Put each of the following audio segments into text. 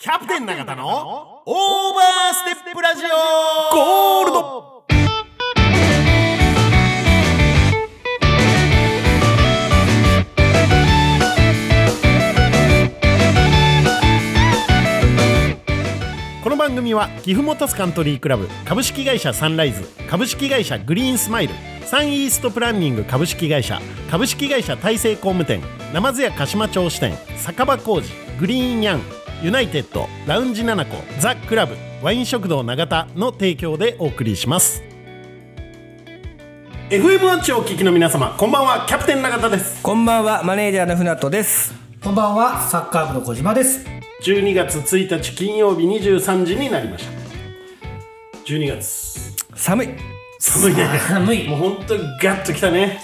キャプテン永田のオーバーステップラジオゴールドこの番組は岐阜モトスカントリークラブ株式会社サンライズ株式会社グリーンスマイルサンイーストプランニング株式会社株式会社大成工務店ナマズ屋鹿島町支店酒場工事グリーンヤンユナイテッドラウンジナナコザ・クラブワイン食堂永田の提供でお送りします FM ワンチをお聞きの皆様こんばんはキャプテン永田ですこんばんは、マネージャーの船戸です。こんばんは、サッカー部の小島です。 12月1日金曜日23時になりました12月寒い。寒いね寒いもう本当にガッときたね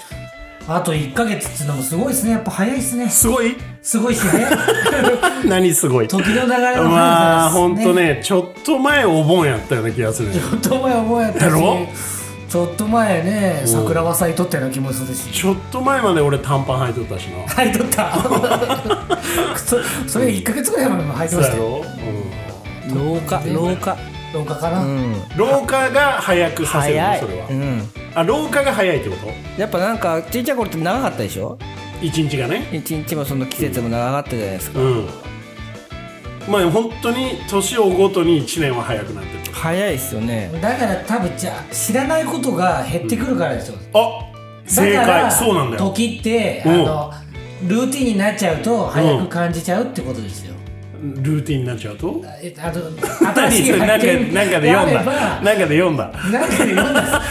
あと1ヶ月っつうのもすごいですね。やっぱ早いですね。すごいすごいで すね。 何すごい時の流れのまあ速さ本です当。ねちょっと前お盆やったような気がするねちょっと前思えたしだろちょっと前ね、桜は咲いとったような気もするし。ちょっと前まで俺短パン履いとったしな咲いとった。 そそれ1ヶ月ぐらい前も履いてそうましやたよ。ろ、うん老化、老化。廊下かな。老化が早くさせるの早い。それは、うん。あ老化が早いってことやっぱなんか、ちっちゃい頃って長かったでしょ一日がね一日もその季節も長かったじゃないですか。うんまあ本当に年を追うごとに1年は早くなってる早いですよね。だから多分じゃあ知らないことが減ってくるからですよ。あ正だから解そうなんだよ時って、うんあのルーティンになっちゃうと早く感じちゃうってことですよ。ルーティンになっちゃうとえあの新何しいそ れ なん発か見なんかで読んだがなあんかで読んだればなんかで読んだ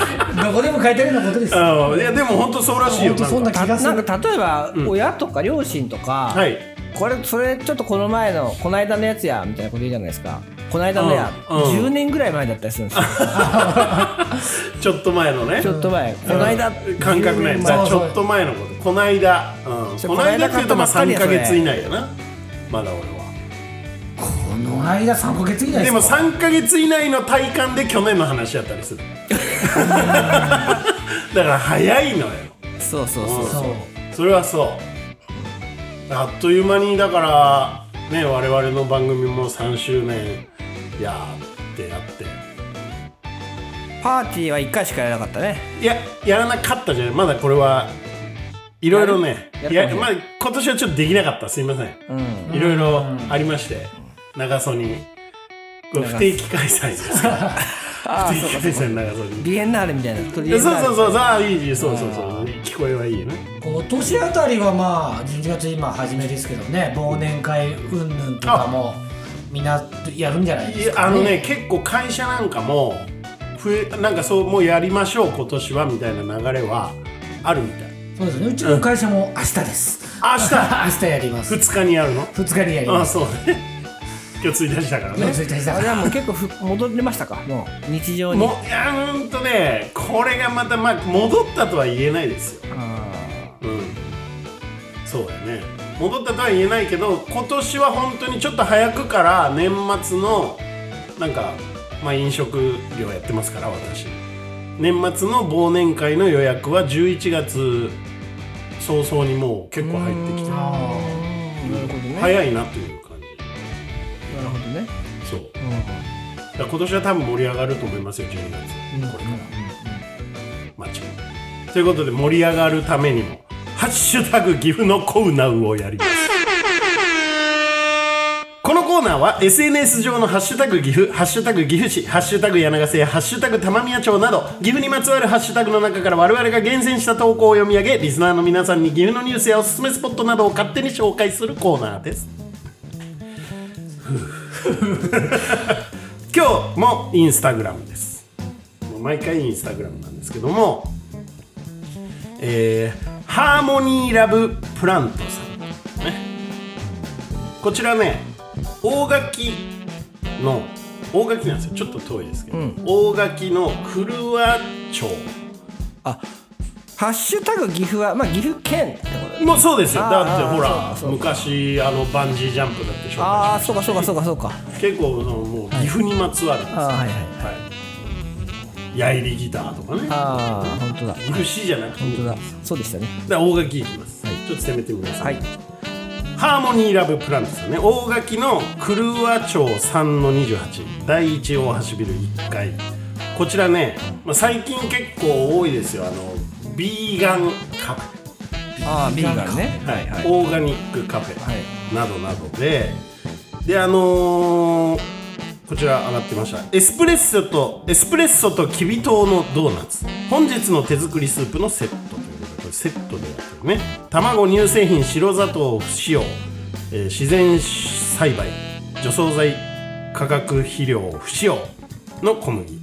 どこでも書いてあるようなことですよ。あいやでも本当そうらしいよ本当そんななん気かたがすなる。んか例えば、親とか両親とか、はいこれ、それちょっとこの前の、この間のやつや、みたいなこと言うじゃないですか。この間のや、うんうん10年ぐらい前だったり するんですよ。ちょっと前のねちょっと前。この間、感覚ないそうそうちょっと前のことこないだ、うん、そこれないだっていうとまあこない3だ買ったばっかかりや月以内やなまだ俺はこの間三ヶ月以内でですもか。 3か月以内の体感で去年の話やったり するだから早いのよそうそうそう。そうそれはそうあっという間にだからね我々の番組も3周年やってやってパーティーは1回しかやらなかったね。いややらなかったじゃないまだこれはいろいろねやるいやっやたねまあ、今年はちょっとできなかったすいませんうん。いろいろありまして長曽にこれ不定期開催ですから ああ、不そう定か期そうか。開催の長曽にビエンナーレみたいな。とりあでえずそうそうそうそうああいいいいそうそうそう聞こえはいいよね今年あたりはまあ12月今初めですけどね忘年会云々とかもみんなやるんじゃないいですやか。あのね結構会社なんかもふえなんかそうもうやりましょう今年はみたいな流れはあるみたいそうですね。うちの会社も明日です。明 明日やります。日2日にやるの二日にやりあます。そう ね今日1日だから四ね月一日あだれかはらもう結構ふ戻りましたかもう日常にもういやうーんとねこれがまたまあ戻ったとは言えないですよあうん、そうだね戻ったとは言えないけど今年は本当にちょっと早くから年末のなんか、まあ、飲食業やってますから私年末の忘年会の予約は11月早々にもう結構入ってきてあーなるほどね、早いなという感なるほどね、じそううんだから今年は多分盛り上がると思いますよ12月これから間違いないということで盛り上がるためにも「ハッシュタグ岐阜のコウナウ」をやりますこのコーナーは SNS 上のハッシュタグ岐阜、ハッシュタグ岐阜市、ハッシュタグ柳瀬、ハッシュタグ玉宮町など、岐阜にまつわるハッシュタグの中から我々が厳選した投稿を読み上げ、リスナーの皆さんに岐阜のニュースやおすすめスポットなどを勝手に紹介するコーナーです。今日もインスタグラムですもう毎回インスタグラムなんですけどもえーハーモニーラブプラントさん、ね、こちらね大垣の大垣なんですよちょっと遠いですけど、大垣の郭町ハッシュタグ岐阜はまあ岐阜県ってこともうそうですよだあってーほらそうかそうか昔あのバンジージャンプだって紹介しあまあしそうかそうかそうかそうかた結構そのもう岐阜にまつわるんですよあーはいはいはい矢入りギターとかねああ本当だ岐阜市じゃなくて本当だそうでしたねだから大垣行きます、ちょっと攻めてみます、はいハーモニーラブプランツだね大垣の狂和町3の28第一大橋ビル1階こちらね、まあ、最近結構多いですよあのビーガンカフェああビーガンねはいはいオーガニックカフはェなどなどで、であのーこちら上がってましたエスプレッソとエスプレッソときび糖のドーナツ本日の手作りスープのセットということでこれセットでやってるね卵乳製品白砂糖不使用、えー自然栽培除草剤化学肥料不使用の小麦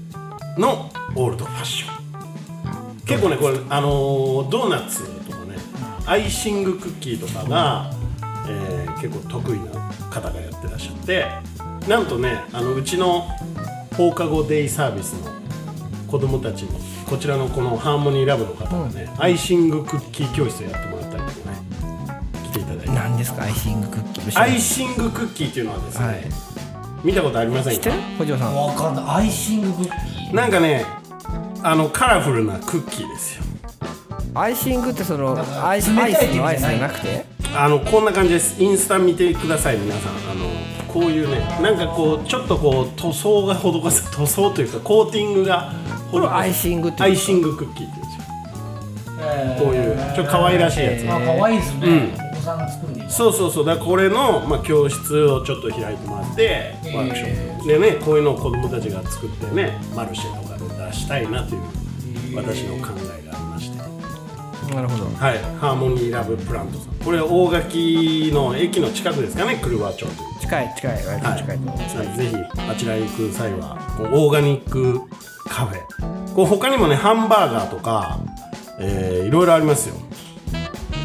のオールドファッション結構ねこれあのードーナツとかねアイシングクッキーとかが、えー結構得意な方がやってらっしゃってなんとねあのうちの放課後デイサービスの子供たちにこちらのこのハーモニーラブの方がね、アイシングクッキー教室をやってもらったりとかね来ていただいて何ですかアイシングクッキーアイシングクッキーっていうのはですね、はい見たことありません知ってかる補助さんわかんないアイシングクッキーなんかねあのカラフルなクッキーですよアイシングってそのなんかアイス冷アたイいスって意味じのゃアないイスじゃなくてあのこんな感じですインスタ見てください皆さんあのこういうねなんかこうちょっとこう塗装が施さ 塗装というかコーティングがほこれアイシングっていうアイシングクッキーっていうんですよえーこういうちょっと可愛らしいやつ、まあ可愛いですね、お子さんが作るんでいいそうそうそうだからこれの、まあ、教室をちょっと開いてもらってえーワークショップ、でねこういうのを子供たちが作ってねマルシェとかで出したいなという私の考えがありましてなるほどはい、ハーモニーラブプラントさんこれ大垣の駅の近くですかね車町という近い近い割と近いと思いますはい、ぜひあちらへ行く際はこうオーガニックカフェこう他にもねハンバーガーとか、えーいろいろありますよ、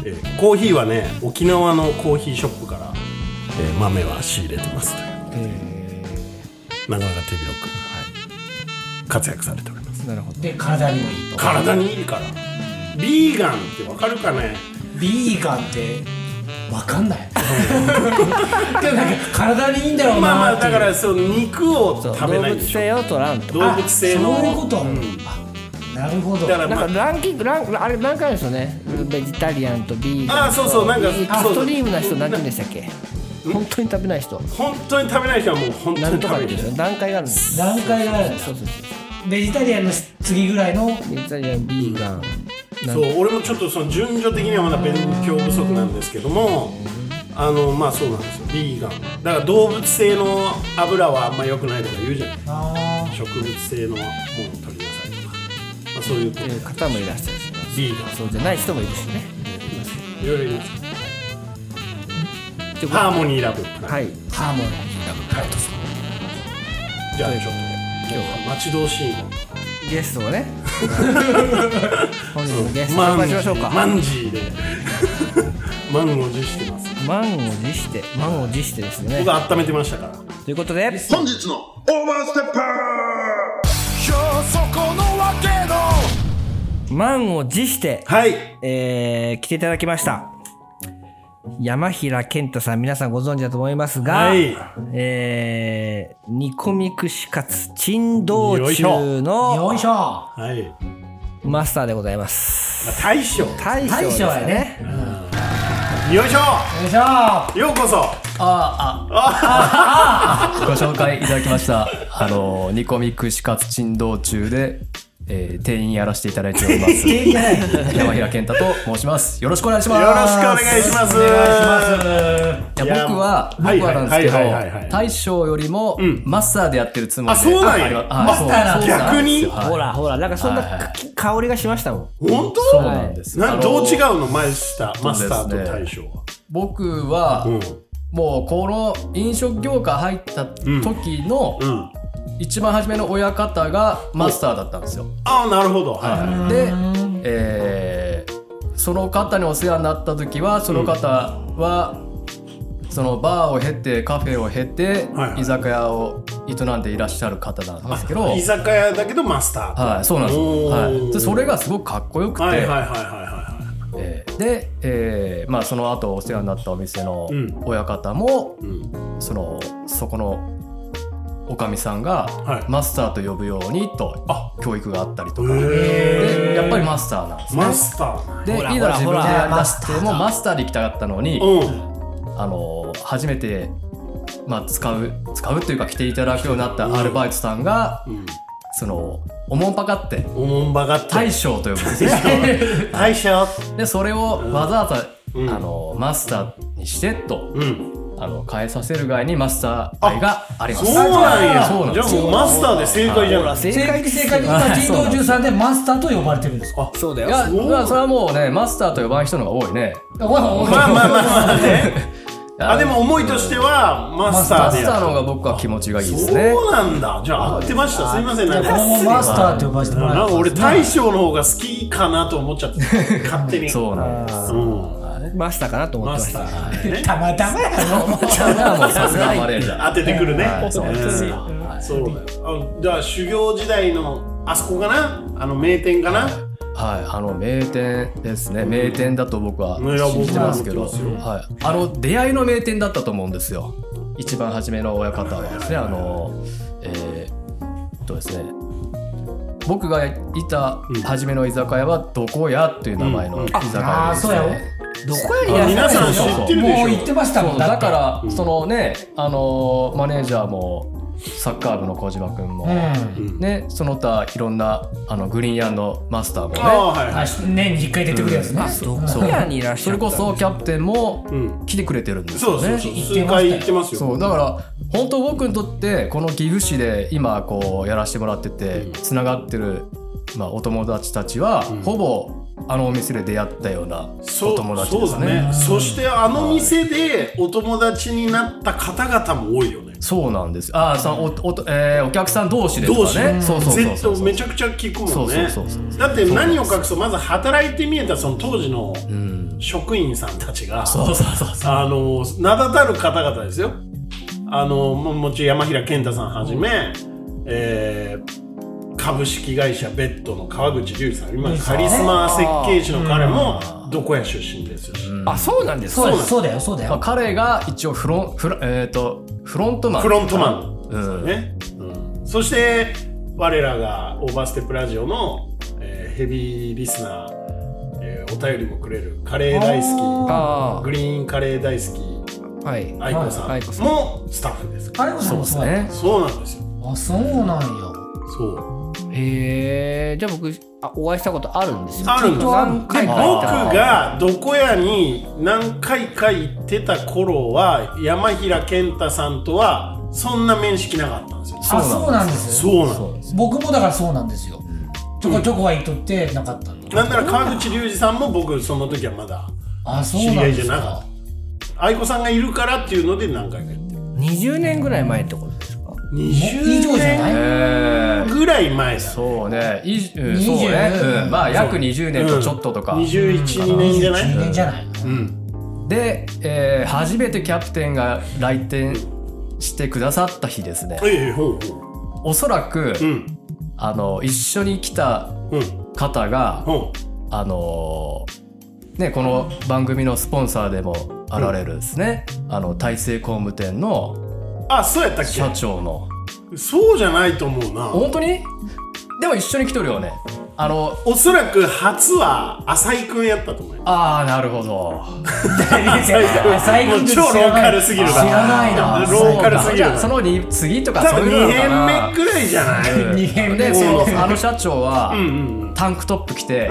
えーコーヒーはね沖縄のコーヒーショップから、えー豆は仕入れてますというえなかなか手広く、はい、活躍されておりますーなるほどで体にもいいと体にいいからビーガンってわかるかねビーガンってわかんない でもなんか体にいいんだろうまあまあなってだいう、からその肉をそう食べ動ない物でしょ性を取らんと動物性のあそういうこと、んあなるほどだからなまんかランキングランあれ何回ですよねベジタリアンとビーガンとあーそうそうなんかエあそうクストリームな人何て言うんでしたっけ本当に食べない人あ本当に食べない人はもう本な当んにと食かべでるすよ段階があるんです段階があるんだそうそうそうベジタリアンの次ぐらいのベジタリアンビーガンなんそう俺もちょっとその順序的にはまだ勉強不足なんですけどもあのまあそうなんですよビーガンだから動物性の油はあんま良くないとか言うじゃないあ植物性のものを取りなさいとか、まあ、そういうこという方もいらっしゃるしねビーガンそうじゃない人もいるしねいろいろいますってことハーモニーラブはいいーハーモニーじゃあちょっと今日は待ち遠しいのゲストをね本日のゲスト紹満介しましょうか満時で 満を持してます満を持して満を持してですね僕は温めてましたからということで本日のオーバーステッパ満を持してはいえー来ていただきました山平健太さん皆さんご存知だと思いますが、はいえー煮込み串カツ珍道よいし中ょのよいしょはい、マスターでございますまあ、大将よ大将大です将やねねいしょよいしょあようこそああ、ご紹介いただきました。あの、煮込み串カツ珍道中で、えー、店員やらせていただいております。山平健太と申します。よろしくお願いします。よろしくお願いします。お願いしますいや僕は、いや僕はなんですけはいはいはいはいはいど、大将よりもマスターでやってるつもりで。あそうなんやありがマスターなんあやそうそうなんですよ逆はいほらほらなんかそんなはいはいき香りがしましたもん本当そうなんです。なあのどう違うのマスターマスターとそうですね大将は、僕は、うんもうこの飲食業界入った時の、うん一番初めの親方がマスターだったんですよ。ああなるほどはで、えーその方にお世話になった時はその方は、そのバーを経てカフェを経て、はいはい居酒屋を営んでいらっしゃる方なんですけど、はい居い酒屋だけどマスターとそうなんですよ、おーはい、でそれがすごくかっこよくて、はいはいはいはいはえーで、えーまあ、その後お世話になったお店のうん親方も、いうんそのそこの。おかみさんが、はいマスターと呼ぶようにとあ教育があったりとかへでやっぱりマスターなんですねマスターで、ほらいざ自ほ分らでほらやりだしてもうマスターで行きたかったのに、うんあの初めて、まあ、使う使うというか来ていただくようになったアルバイトさんが、そのおもんぱかっておもんばがって大将と呼ぶんですね。大 将でそれをわざわざ、あのマスターにしてと、んあの変えさせる側にマスター愛があります。そうなんやそうなじんでゃあすもうマスターで正解じゃない正解的正解的な人道中さんでマスターと呼ばれてるんですかそうだよいや、まあ、それはもうねマスターと呼ばない人の方が多いね。まあまあまあまあねの あでも思いとしてはマスタマーでスターの方が僕は気持ちがいいですね。そうなんだじゃあ合ってましたすいませんなんかもうマスターって呼ばせてもらえなまんすか俺大将の方が好きかなと思っちゃって勝手にそうなんです。うんマスターかなと思っマてまスしタたーねたまたまやろそれはもうさすがマレージャー。当ててくるねはいそうですねうんそうだよあじゃあ修行時代のあそこかなあの名店かなはい、あの名店ですね。名店だと僕はうん信じてますけいど、や僕も思ってはい、あの出会いの名店だったと思うんですよ。一番初めの親方はですね、あの、えー、っとですね。僕がいた初めの居酒屋はどこやっていう名前の居酒屋です、ねうんあーそうやどこやあり皆さん知ってるでしもょう言ってましたもんだからら、そのね、あのマネージャーもサッカー部の小島君も、うんね、その他いろんなあのグリーンヤンのマスターもね、ああはいはあい年に一回出てくるやつねそうそう部屋にいらっしゃそっれたんこですそキャプテンもん来てくれてるんですそようそうね。そう行ってました数よ回行ってますよそうだから本当僕にとってこの岐阜市で今こうやらせてもらっててつながってる、まあ、お友達たちは、ほぼあのお店で出会ったようなおそう友達ですそうね。だねそしてあの店でお友達になった方々も多いよねそうなんです。ああ、さおおと、えーお客さん同士です同士からね。そうそうそう絶そう対めちゃくちゃ聞くもんねそうそうそうそだって何を隠そうまず働いてみえたその当時の職員さんたちがそうそうそうそう。あの名だたる方々ですよあのももちろん山平健太さんはじめ、えー株式会社ベッドの川口隆さん今カリスマ設計士の彼もどこや出身ですよし、あそうなんですそかうだよそうだよそうだまあ、よ彼が一応フロンフロえっ、とフロントマン。フロントマンうん。ね、そして我らがオーバーステップラジオの、えーヘビーリスナー、えーお便りもくれるカレー大好あきグリーンカレー大好きあはい愛子さはんい愛子さんもスタッフですあれもそうですねね。そうなんですよあそうなんやそうへえじゃあ僕あお会いしたことあるんですよあるんですちょっと何回僕か行ったがどこやに何回か行ってた頃は山平健太さんとはそんな面識なかったんですよあそうなんですよそうなんです僕もだからそうなんですよちょこちょこは言っとってなかったんでなんなら川口隆二さんも僕その時はまだあそ知うりな合んいでじゃすなかかった愛子さんがいるからっていうので何回か行ってる20年ぐらい前ってことですか以上20じゃ年えないーぐらい前だそうね、いじうん20そうね、うんまあ約そう20年とちょっととか。 212年じゃない12年じゃないうんで、えー初めてキャプテンが来店してくださった日ですね。ええほうほおそらく、ううんあの一緒に来たうん方が、ほあのーねこの番組のスポンサーでもあられるですね。あの大成工務店のうあそうやったっ社け長の。そうじゃないと思うな本当に？でも一緒に来とるよね。あの。おそらく初は浅井くんやったと思いまああなるほど。浅井もう君超ローカルすぎる知ならないなローカルすぎるじゃあそのに次とかす多そう分いう2のかな編目くらいじゃない、うん二編目でそのあの社長はうんうんうんタンクトップ着てし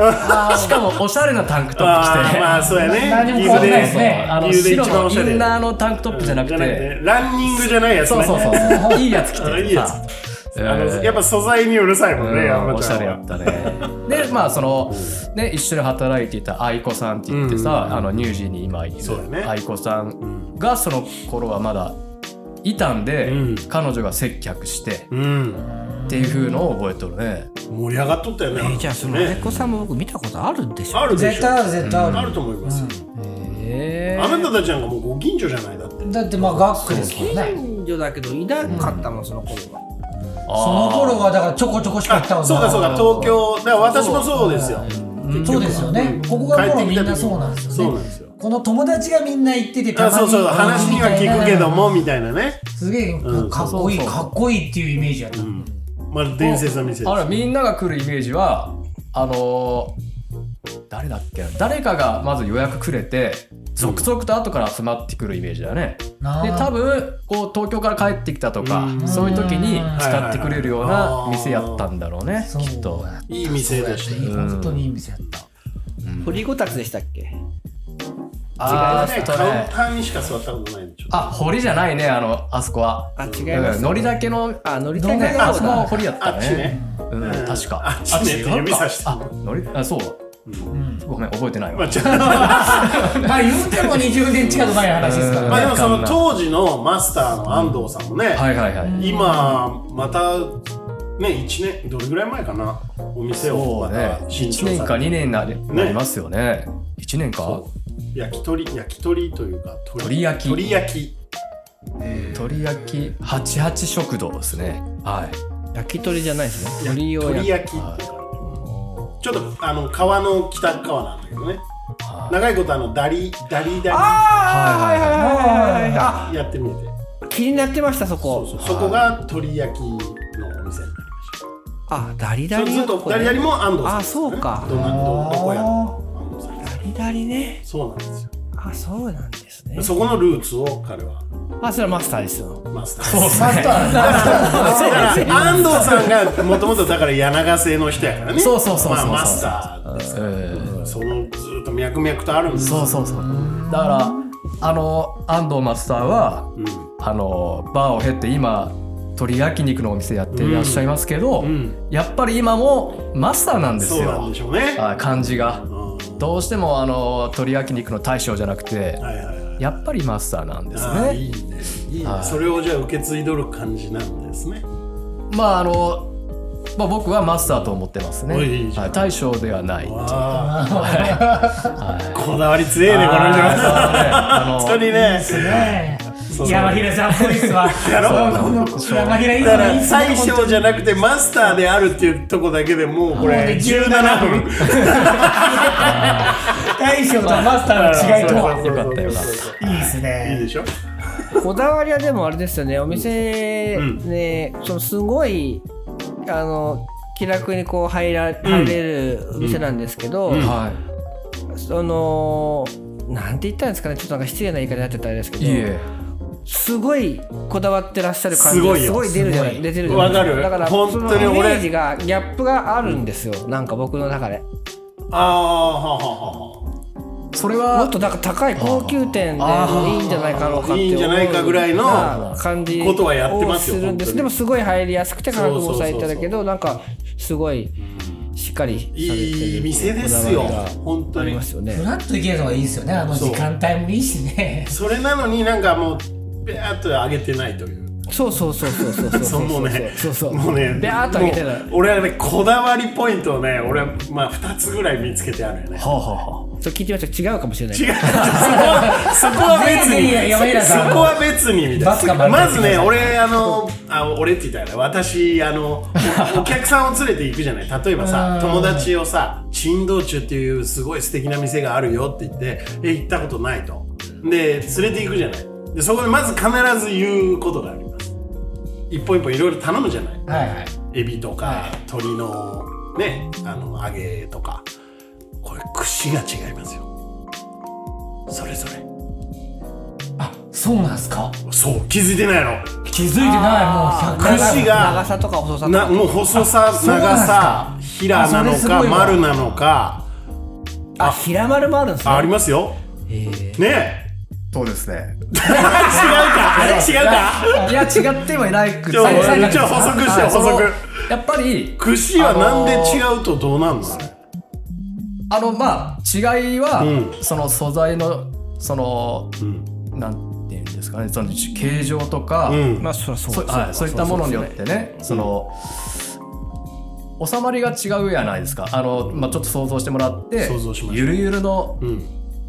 かもおしゃれなタンクトップ着あてーまあそうやね何も変わんないですそうねあの理由で一白番のおしゃれインナーのタンクトップじゃなくてランニングじゃないやつねそうそうそういいやつ着あ ていいやつさあのえーやっぱ素材にうるさいもんね、うん山おしちゃゃんれやは ったねでまあそのね一緒に働いていた愛子さんって言ってさあの乳児に今いるそうだね愛子さんがその頃はまだいたんでうん彼女が接客してうんっていう風のを覚えとるね盛り上がっとったよね、えーじゃあそのね猫さんも僕見たことあるんでしょあるで絶しょ対ある絶対ああるると思いますよ、へあなたたちなんかもうご近所じゃないだってだってまあ学区ですもんね近所だけどいなかったもんその頃はその頃はだからちょこちょこしか行ったあことそうかないそうか東京だから私もそうですよそうですよねここがもうみんなそうなんですそようねなんですよこの友達がみんな行っててたあまそうにそう話には聞くけどもみたいなねすげえかっこいいかっこいいっていうイメージやったまあ伝説の店ですあらみんなが来るイメージはあのー誰だっけな誰かがまず予約くれて続々と後から集まってくるイメージだね。なであ多分こう東京から帰ってきたとかうんそういう時に使ってくれるようなうん店やったんだろうねそうきっと。いい店でしたそうやね本当にいい店やった堀ごたつでしたっけあーねっとカウンねターにしか座ったことないんでちょっとあ堀じゃないねあのあそこは。あ、違うんいます。のりだけのあ、乗りたいねけあのそ方こはだ。堀やっあたっちね。ねうん確か。あっちねって指さしてあのりあそううんごめん覚えてないまあわ。ちょっとままあ言っても20年近く前の話ですからあでねもその当時のマスターの安藤さんもね、はいはいはい。今またね1年どれぐらい前かなお店をそまうねた。新1調年かされ2て年になりなりますよね。1年かそ焼き鳥焼き鳥というか鳥焼き鳥焼き鳥焼き88食堂ですね。はい。焼き鳥じゃないですね。鳥を鳥焼焼きっていうかちょっとあの川の北側なんだけどねはい長いことあのダリダリダはいはいはい。はいはいはいあ、リやってみて気になってました、そそうこ。そうそこが鳥焼きのお店になりましあ、ダリたそうダリずのっととこダリダリね。も安藤さんあ、そうか。どんなどどこやの安藤さんダリダリね。そうなんですよあ、そうなんですね。そこのルーツを彼はあ、それはマスターですよ。マスターそうだから安藤さんがもともとだから柳瀬の人やからねそうそうそうそうそうまあマスターですうんそのずっと脈々とあるんですよそうそうそう。だからあの安藤マスターはうんあのバーを経って今鳥焼肉のお店やっていらっしゃいますけど、うんやっぱり今もマスターなんですそうなんよで。しょうねあ感じがうんどうしてもあの鳥焼肉の大将じゃなくてはいはいはいやっぱりマスターなんですああね。いいねいいねはいそれをじゃあ受け継いどる感じなんですねまああの。まあ、僕はマスターと思ってますね。おいいいじゃんはい大将ではない。わあ こだわり強えねこの人あー本そう当ねにねねそう山平さんっぽいっすわやろそう山平いいっすだかねいいっらすね最小じゃなくてマスターであるっていうとこだけでもうこもうれね17 17分大将とマスターの違いとはよかったよかっいいっすたいいねでしょこだわりはでもあれですよねお店うんね、そのすごいあの気楽にこう入ら入れる店なんですけど、あーはい。そのなんて言ったんですかねちょっとなんか失礼な言い方になってたんですけどいえ。すごいこだわってらっしゃる感じすごがいよすごい出るじゃない出てるじゃないわかるだから本そ当のにイ俺メージがギャップがあるんですよ、なんか僕の中でああはあはあはそれもはっとなんか高い高級店でもいいんじゃないかろうかっていいんじゃないかぐらいの感じことはやってますよをるん本当ですにでもすごい入りやすくて価格も抑えてだそうそうそけうどなんかすごいしっかりさあれてるいい店ですよこだわり本当がありにますよふねらっと行けるのがいいっすよねあの時間帯もいいしねそれなのになんかもうベアっと上げてないというそうそうそうそうそうそうそうもうねそうそうもうねビャーっと上げてなもいう俺はねこだわりポイントをね俺はまあ2つぐらい見つけてあるよねはあはあはそう聞いてみました違うかもしれない違うそこはそこは別全然いにいよ山平そさんこは別にみバツたかいな丸かまずね俺あのあ俺って言ったらね私あのお お客さんを連れて行くじゃない例えばさ友達をさ珍道中っていうすごい素敵な店があるよって言ってえ行ったことないとで連れて行くじゃないでそこでまず必ず言うことがあります一本一本いろいろ頼むじゃないはいはいエビとか鶏のねあの揚げとかこれ串が違いますよそれぞれあそうなんすかそう気づいてないの気づいてないもう100串長がさとか細さとなかもう細さそうなん長でさすか平なあそのれすごいわか丸なのかあ平丸もあるんですねあありますよねえあ。そうですね。違うかあれ違うかいや違ってもいないくちょさいさいちょ補足してはい補足そのやっぱり串はなんで違うとどうなんのあれあのまあ違いは、うその素材のそのうんなんていうんですかねその形状とか、うんまあそりゃそうそですはい、そういったものによってねその収まりが違うやないですかあの、まあ、ちょっと想像してもらって想像しましたゆるゆるのうん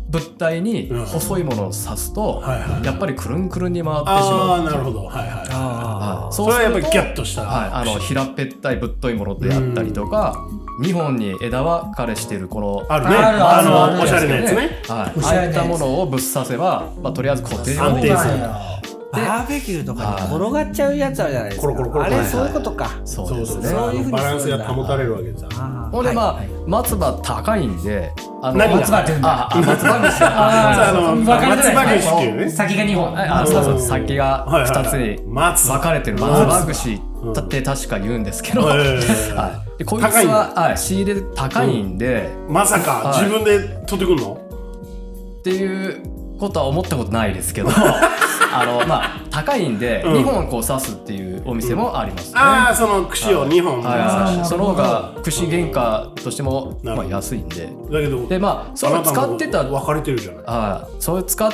物体にうん細いものを刺すと、はいはいやっぱりくるんくるんに回ってしまあうあなるほどはいははいいそそれはやっうするぱとりギャッとしたはい、あの平べったいぶっといものであったりとか、2本に枝分かれしてるこのあるねあるあるああのるおしゃれなやつねはい、おしあゃあれいなやっつたものをぶっ刺せば、まあ、とりあえず固定安定するバーベキューとかに転がっちゃうやつあるじゃないですコロコロコロかあはれいはいそういうことかそうそうですそうねそうそういうふうにするんだバランスが保たれるわけですあーほんでまあ、はいはい松葉高いんであの何が松葉って言うんだああ松葉串ああの分かれてないで松す葉串っていうねねこう先が2本あそうそう先がはいはいはい2つに松分かれてる松葉串だって確か言うんですけど、ええはい、でこいつ高いんだは、はい、仕入れ高いんで、 まさかはい自分で取ってくんのっていうことは思ったことないです けどあのまあ高いんで、うん2本こう刺すっていうお店もありますね、ああその串を2本はいだはい、その方が串原価としても、なるまほあ、ど安いんでけどでまあそれを使ってたあなも分かれてるじゃないはい、それを使っ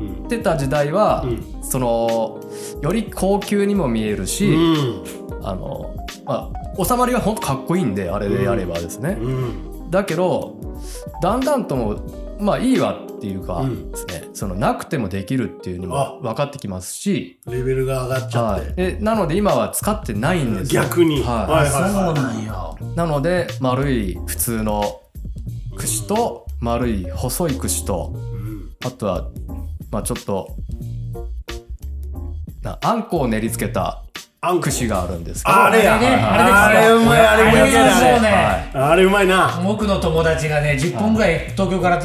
うんてた時代は、うんそのより高級にも見えるし、うんあのまあ収まりが本当かっこいいんであれでやればですね、うんだけどだんだんともまあいいわっていうかうんですね、そのなくてもできるっていうのも分かってきますし、レベルが上がっちゃはっい、てでなので今は使ってないんですよ逆にははいはいそはうなんやい、なので丸い普通の串と丸い細い串というんあとはまあちょっとなあんこを練りつけたあんこ串があるんですけどあれやあれねあれうまいあれうまいあれあそうれねはいあれうまいな僕の友達がね10本ぐらい東京からあ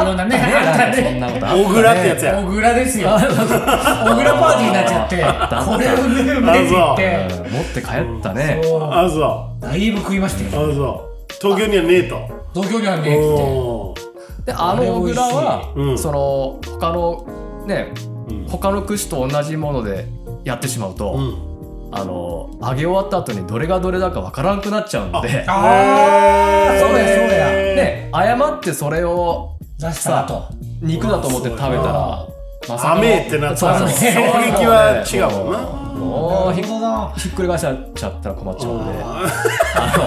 あのいろんなねあったそんねなことある小倉ってやつや小倉ですよ小倉パーティーになっちゃってこれをね胸に行ってうん持って帰ったね、そうあそだいぶ食いましたうよあそう東京にはねえと東京にはねっておーであの小倉は、あれ美味しいうんその他のねうん他の串と同じものでやってしまうと、うんあの揚げ終わった後にどれがどれだかわからなくなっちゃうのでああそうやそうやで誤ってそれを出した後肉だと思って食べたうらまさかの甘えってなったらそうそ衝う撃は違うもんなもうひ本当だひっくり返しちゃったら困っちゃうんでああの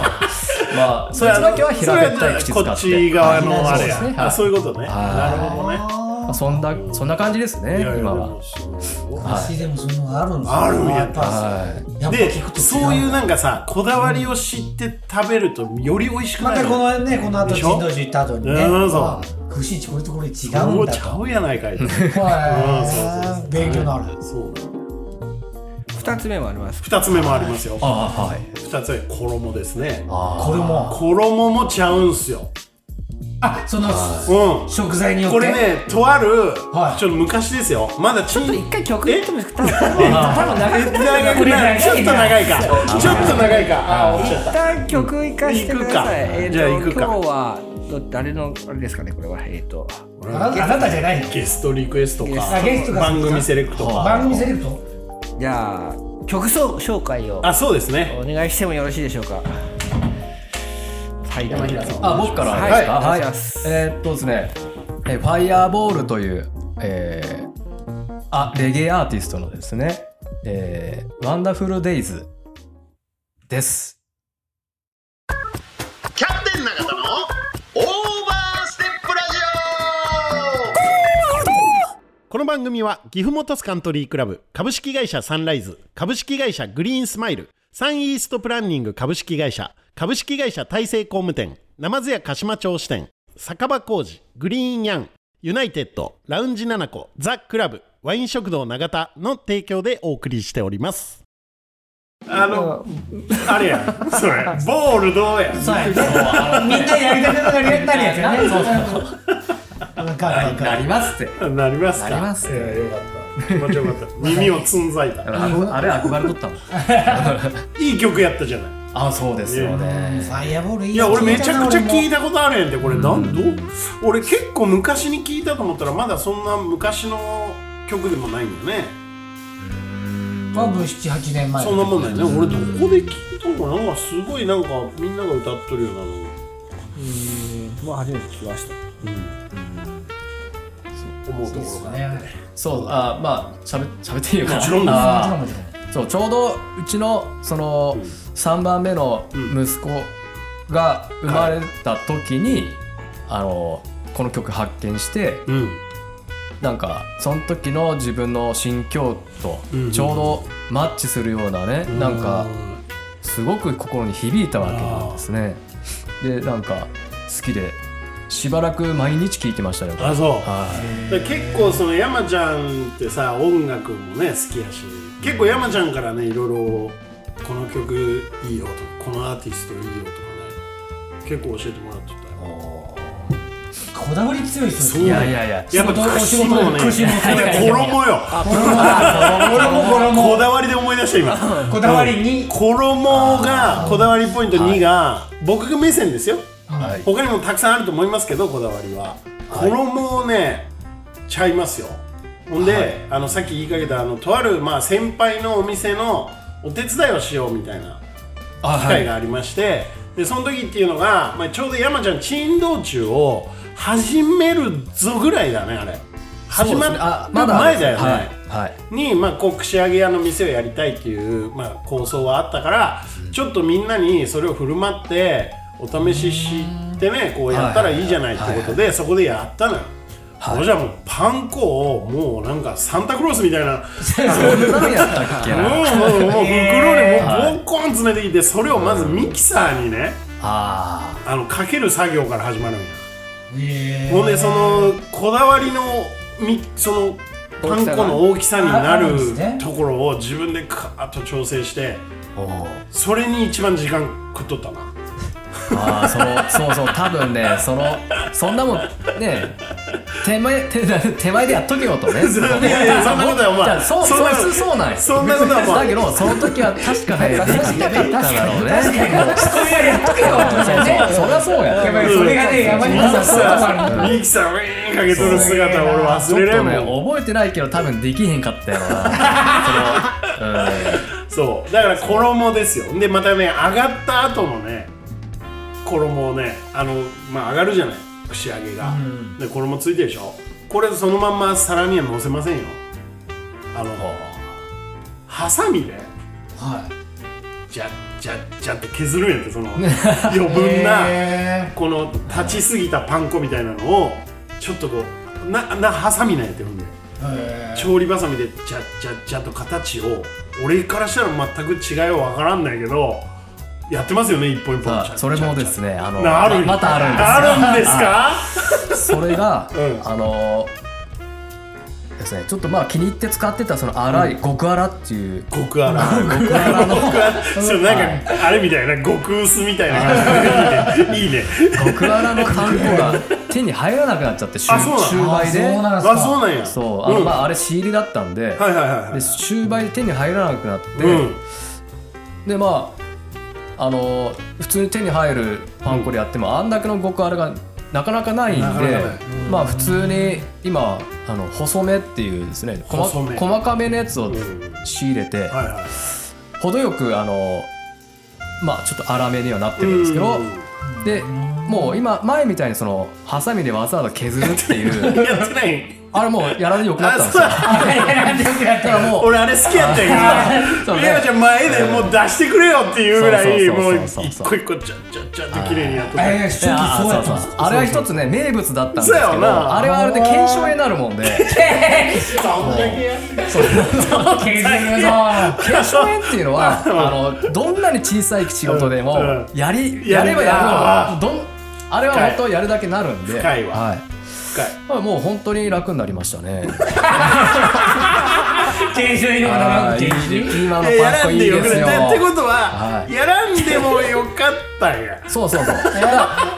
まあ そ それれはだけは平べったい口こ使っっちて側のあれそうですねやはいあそういうことねなはいるほどねまあそんなそんな感じですねいやいや今でもは。そう昔でもそういうのがあるんですよあるんややっぱはいやっぱで聞くと違そういうなんかさこだわりを知って食べるとより美味しくまなたるこのねこの後でしょ珍道中行った後にねうんそうあ串市これとこれ違うもんうだちゃとうやないかいとうんそうそうはそうい勉強になるそう2つ目もあります2つ目もありますよあはい2つ目衣ですねあーこれも衣もちゃうんすよあそのう食材によんってこれねとあるはいちょっと昔ですよまだちょっと一回 曲言ってもいいですか多 分え長くないちょっと長いかちょっと長いかあー落ちちゃっ一旦曲いかしてください行くかえっとじゃあ行くか今日はど誰のあれですかねこれはえっとあなあなたじゃないのたゲストリクエストゲかあゲストが番組セレクトか番組セレクトじゃあ曲そう紹介をあそうですねお願いしてもよろしいでしょうかはい山平さんあ、僕からはいですか。はいお願いしますえーっとですね、えーファイヤーボールという、えーあレゲエアーティストのですね、えーワンダフルデイズです。キャプテン永田のオーバーステップラジオこの番組は岐阜本スカントリークラブ株式会社サンライズ株式会社グリーンスマイルサンイーストプランニング株式会社株式会社大成工務店生津屋鹿島町支店酒場工事グリーンヤンユナイテッドラウンジ7個ザ・クラブワイン食堂永田の提供でお送りしておりますあの あれやそれボールどうやそうやねみんなやりたくなるやつやねそうそうわかるわかなるりますって。なりますかなりますねえーよか った気持ちよかった耳をつんざいたああれ憧れとったの。いい曲やったじゃないあ、そうですよね。ファイヤーボールいいいや俺めちゃくちゃ聞いたたことあるやんってこれなんどう俺結構昔に聞いたと思ったらまだそんな昔の曲でもないんだねな俺も多分78年前そんなもんだよね俺どこで聞いたのかななんかすごいなんかみんなが歌っとるようなのもう初めて聞きました 思うところがねねそう、あ、まあしゃべ喋っていいよかな。もちろんですあーもちろんもちそうちょうどうちのそのうん3番目の息子が生まれた時に、あのこの曲発見してうんなんかその時の自分の心境とうんちょうどマッチするようなね、なんかすごく心に響いたわけなんですね。でなんか好きでしばらく毎日聴いてましたね。あそうはいだから結構その山ちゃんってさ音楽もね好きやし結構山ちゃんからねいろいろこの曲いいよとかこのアーティストいいよとかね結構教えてもらっとったよこだわり強い人ですうねいやいやいややっぱ串もね串もそう だ衣よよ衣衣こだわりで思い出した 今こだわりに衣がこだわりポイント2が僕目線ですよはい他にもたくさんあると思いますけどこだわりは衣をねちゃいますよほんで、あのさっき言いかけたあのとある、まあ、先輩のお店のお手伝いをしようみたいなあ機は会いがありまして、でその時っていうのが、まあ、ちょうど山ちゃん珍道中を始めるぞぐらいだねあれ始まあるまだ前だよね、はいはいに、まあ、こう串揚げ屋の店をやりたいっていう、まあ、構想はあったから、ちょっとみんなにそれを振る舞ってお試ししてねこうやったらいいじゃないってことで、そこでやったのよ。そじゃもうパン粉をもうなんかサンタクロースみたいな何やったっけなもうもうもう袋へにもうボンコン詰めてきてそれをまずミキサーにねああのかける作業から始まるんや。へほんでそのこだわりのみそのパン粉の大きさになああるんるですねところを自分でカーッと調整してーおーそれに一番時間食っとったなああそのそうそう多分ねそのそんなもんね手前手手前でやっとけよとねいやい やそんなことはお前じゃあそうそんそなうそうそうなんやそんなことはお前だけどその時は確かねできたかっただろうねそうそうそりゃそうややばいそれがね山ミにキ出さそうだからサーミキサーウィーンかけとる姿を俺ち忘ょれっれとんねもん覚えてないけど多分できへんかったよ なそのそうだから衣ですよでまたね上がった後のね衣をねあのまあ上がるじゃない串揚げが、で衣ついてるでしょこれそのまんま皿にはのせませんよあのハサミで、はじゃじゃじゃって削るんやってその余分なこの立ちすぎたパン粉みたいなのをちょっとこうななハサミなんやってほんで調理バサミでじゃじゃじゃと形を俺からしたら全く違いは分からんないけどやってますよね一本一本あじゃそれもでじすねあゃのじゃなあるまたあるんですあるんですかそれが、うんあのですねちょっとまあ気に入って使ってたその粗い、極粗っていう極粗 極粗の そうなんかあれみたいな極薄みたいな感 じでいいねいいね極粗のパン粉が手に入らなくなっちゃって終あそうなの売でそうなんあすかそうなんやそうあの、まああれ仕入りだったんで,、はいはいはいはでい終売で手に入らなくなって、うんでまああの普通に手に入るパン粉でやっても、あんだけの極粗がなかなかないんでなかなかないまあ普通に今あの細めっていうですね細細め細かめのやつをうん仕入れて、はいはい程よくあのまあちょっと粗めにはなってるんですけど、でもう今前みたいにそのハサミでわざわざ削るっていう やってないあれもうやらずよくなったんあですそうよいだからもう俺あれ好きやったんやけどそうねレアちゃん前でもう出してくれよっていうぐらいそうそもううそうそう一個一個ちゃっちゃっちゃって綺麗にやっとっあいやた初期そうやったんですあれは一つね名物だったんですけそうやどなあれはあれで検証になるもんでそんだけや削るぞ検証円っていうのはあのどんなに小さい仕事でもうんやりややるればやあーるほどどんあれは本当やるだけなるんで深いわはい深いまあもう本当に楽になりましたね。研修医の方あがーいいね今のえやパンら粉んいでいよでくすよ。ないってことははいやらんでもよかったんやそうそうそう。だか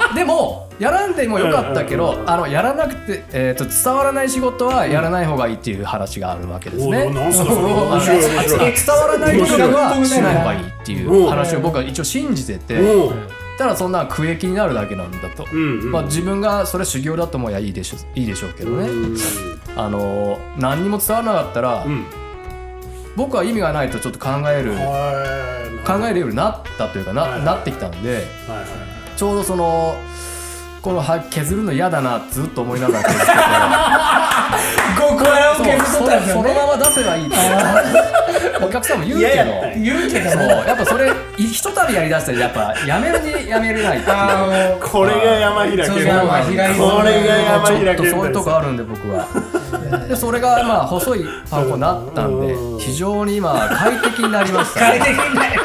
らでもやらんでもよかったけうんうんうんうど、んあのやらなくてえっと伝わらない仕事はやらない方がいいっていう話があるわけですおねお。なんすかそれ面白い面伝白いわらないことはしない方がいいっていううん話を僕は一応信じてて、おうただそんな苦役になるだけなんだと。うんうんまあ自分がそれ修行だと思えばいいでしょいいでしょうけどね。あの何にも伝わらなかったらうん僕は意味がないとちょっと考える。はい考えるようになったというかな,、はいはいなってきたんではいはいちょうどそのこのは削るの嫌だなずっと思いながら削ってここらを て削そっうたんでそすよそのねまま出せばいいってお客さんも言うけど嫌やったん言うけどそうやっぱそれいひとたびやりだしたらやっぱやめるにやめれないっていうあこれが山開そけうるそうまあ被害これが山開けちょるっとそういうとこあるんで僕はでそれがまあ細いパン粉になったんでうん非常に今快適になりましたの快適になる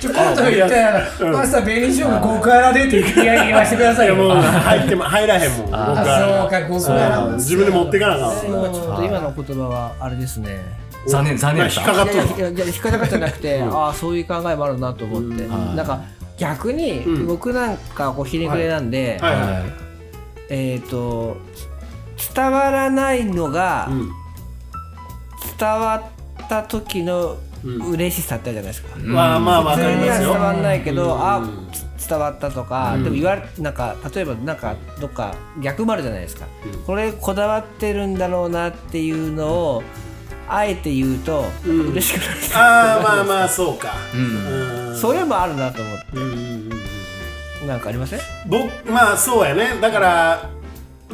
ちょ今度言ったらマスター紅しょうが5から出て言わせてくださいいやよもう入っても入らへんもん僕あそうはか5からうん自分で持ってかなあかんもうちょっと今の言葉はあれですね。残念残念でし引ったかかっいとやるいやいや引っかかっじゃなくて、ああそういう考えもあるなと思って、なんか逆にん僕なんかこうひねくれなんで、はいはいはいえっ、と伝わらないのが、ん伝わった時の嬉しさってあるじゃないですか、まあまあわ普か通りにまはす伝よわんないけど、あつ伝わったとか、でも言われなんか例えばなんかどっか逆もあるじゃないですか、これこだわってるんだろうなっていうのをあえて言うと、嬉しくないですかああまあまあそうかうんそれもあるなと思ってうんうんうんなんかありません僕まあそうやねだから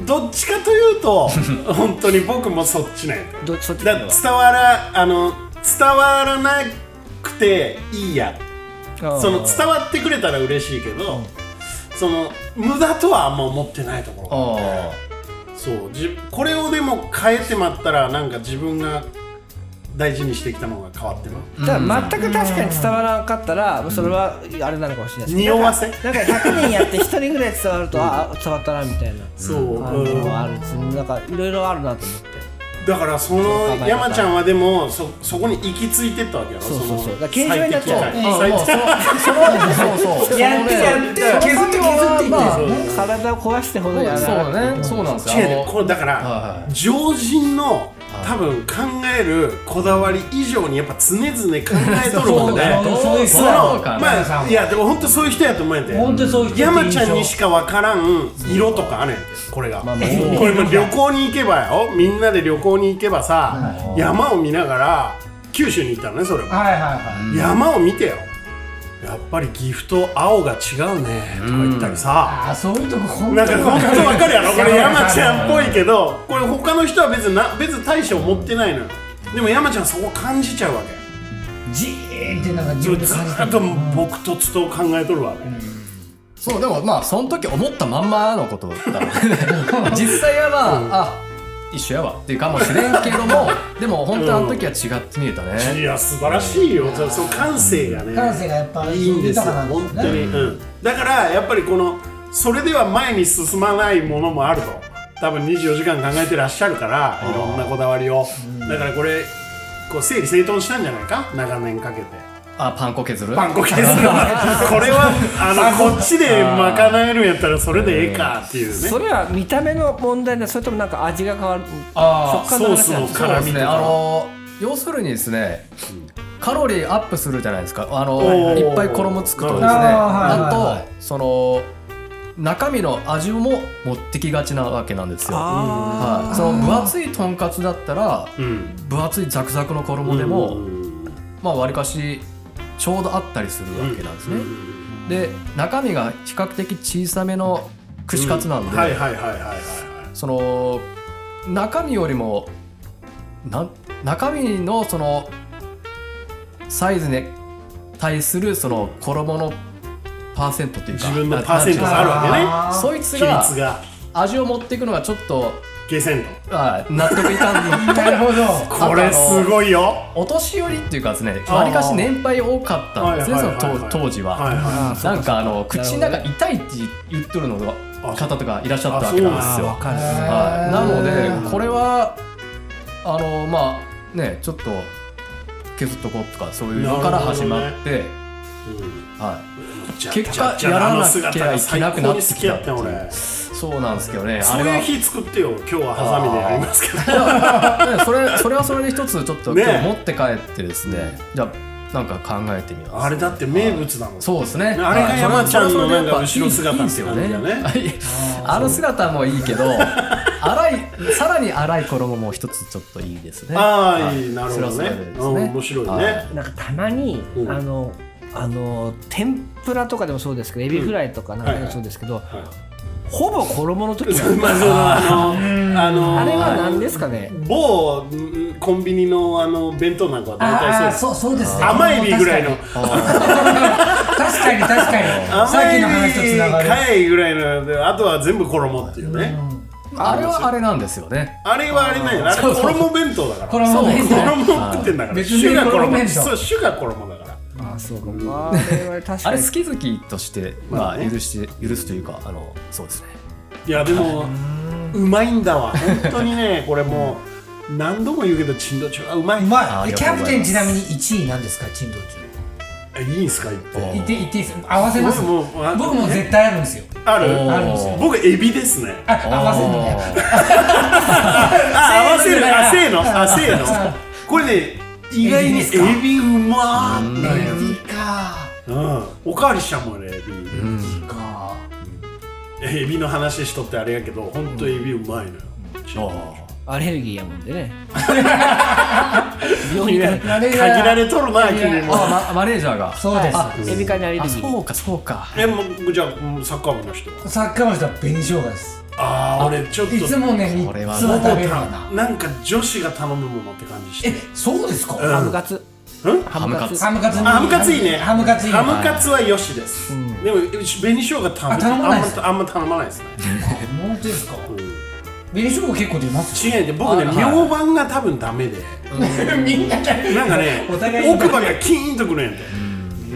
どっちかという と本当に僕もそっちねどそっちのだ方が伝わらあの伝わらなくていいやあーその伝わってくれたら嬉しいけど、その無駄とはあんま思ってないところあそうじこれをでも変えてまったらなんか自分が大事にしてきたのが変わってるだから全く確かに伝わらなかったら、それはあれなのかもしれないです匂わせなんか100人やって1人ぐらい伝わると、あ伝わったなみたいなそう、あうんのあるんですねなんかいろいろあるなと思ってだからその山ちゃんはでもそそこに行き着いてったわけやろそうそうそうのだから形状になっちゃう最適あ解もうそのそうそうそうやってやって削って削っていってそう体を壊してほどそうやなだねそうなんです違うよねあのこれだかはいらは常人の多分考えるこだわり以上にやっぱ常々考えとるもんそうだねよそういう人そのそうかなまあいやでも本当そういう人やと思うんやで本当にそういう人って山ちゃんにしか分からん色とかあるんやてこれがこあもうれも旅行に行けばよみんなで旅行に行けばさ山を見ながら九州に行ったのねそれもはいはいは山を見てよやっぱり岐阜と青が違うねとか言ったりさいあそういうとこ本なん当かに本当わかるやろこれ山ちゃんっぽいいけどこれ他の人は別にな別に大将持ってないのよでも山ちゃんそこ感じちゃうわけじーってなんか自ず分で感じーたっと僕とつと考えとるわけ、そうでもまあその時思ったまんまのことだったので 実際はまあ、あ一緒やわっていうかもしれんけどもでも本当あの時は違って見えたいね、や素晴らしいよそその感性がね感性がやっぱいいんですよ豊かなんです本よ当ねに、うん、だからやっぱりこのそれでは前に進まないものもあると多分24時間考えてらっしゃるからいろんなこだわりをだからこれこう整理整頓したんじゃないか長年かけて。あパン粉削るパン粉削るのねこれはあのこっちで賄えるんやったらそれでええかっていうねそれは見た目の問題でそれともなんか味が変わるあ食あ感のソース話なんのですそうで辛すみとねあかの要するにですねカロリーアップするじゃないですかあのおーいっぱい衣つくとですねなるほどああーはいはいはいとその中身の味も持ってきがちなわけなんですよあはい、その分厚いとんかつだったらうん分厚いザクザクの衣でも、まあわりかしちょうどあったりするわけなんですね、で中身が比較的小さめの串カツなんで、はいはいはいはいはいその中身よりもなん中身のそのサイズに対するその衣のパーセントっていうか自分のパーセントがあるわけねああそいつ比率がが味を持っていくのがちょっとゲセントあ納得いかん のーなるほどこれすごいよはお年寄りっていうかですねあーわりかし年配多かったんですねはいそはいのはいはい当当時いは。はなんかあの口の中痛いって言っとるのがあ方とかいらっしゃったわけなんですよ。かるはい、なのでこれれはあのまあねちょっと削っとこうとかそういうのから始まって、いはうん結果じゃじゃじゃやらなきあゃの姿が最高に好きやったよやらな俺きい、そうなんですけどねあそうれはいう日作ってよ今日はハサミでやりますけどねそれそれはそれで一つちょっとね今日持って帰ってですねじゃあなんか考えてみます。あれだって名物だもんそうですね。ねあれが山ちゃんのなんか後ろ姿って感じだねはいいいんですよね。あの姿もいいけど、荒いさらに荒い衣も一つちょっといいですね。ああはいいなるほどそねれはそれでですうん面白いはねなんかたまに、うんあのあの天ぷらとかでもそうですけどエビフライとかなんかでもそうですけど、はいほぼ衣の時なんですまあそのあのあれは何でですかね某んコンビニのあの弁当なんかは大あ体あそうそうそうですですね甘エビぐらいの確かに確かにさっ甘きエの話とつビながるかいぐらいのであとは全部衣っていうねあれはあれなんですよね。あれはあれなんやあれ衣弁当だかこられもね衣食ってんだから別に主が衣衣弁当そう主が衣だからあそうかまああれは確あかれに好き好きとしてままああね許して許すというかあのそうですね。いやでもうまいんだわ本当にねこれもう何度も言うけど珍道中はうまいうまあいりがキとうャございまプテンちすなみに1位なんですか珍道中えいいんすか一本言って言っていいです合わせますもうもうあ僕も絶対あるんですよあるおーあるんですよ僕エビですねあ合わせるのねあ合わせるあせせーのあせーのこれね意外にエビですかエビうまーってエビかうんおかわりしちゃうもんねエビ、かエビの話しとってあれやけど本当エビうまいのよ、アレルギーやもんでね限あれがられとるな君もあまマネージャーがそうですエビ科にアレルあギーそうかそうかえもうじゃあうんサッカー部の人はサッカーの人は紅生姜ですああ俺ちょっといつもねいこれはつも食べるかななんか女子が頼むものって感じしてえそうですかハムカツうんハムカツハムカツあハムカツいいねハムカツいいねハムカツはよしです、でも紅生姜食べあ頼まないですあんまあんま頼まないですね本当ですか紅生姜結構出 ます違うんで僕ねあはい明晩が多分ダメでみんな食べるなんかね お互いに奥歯がキーンとくるんやんて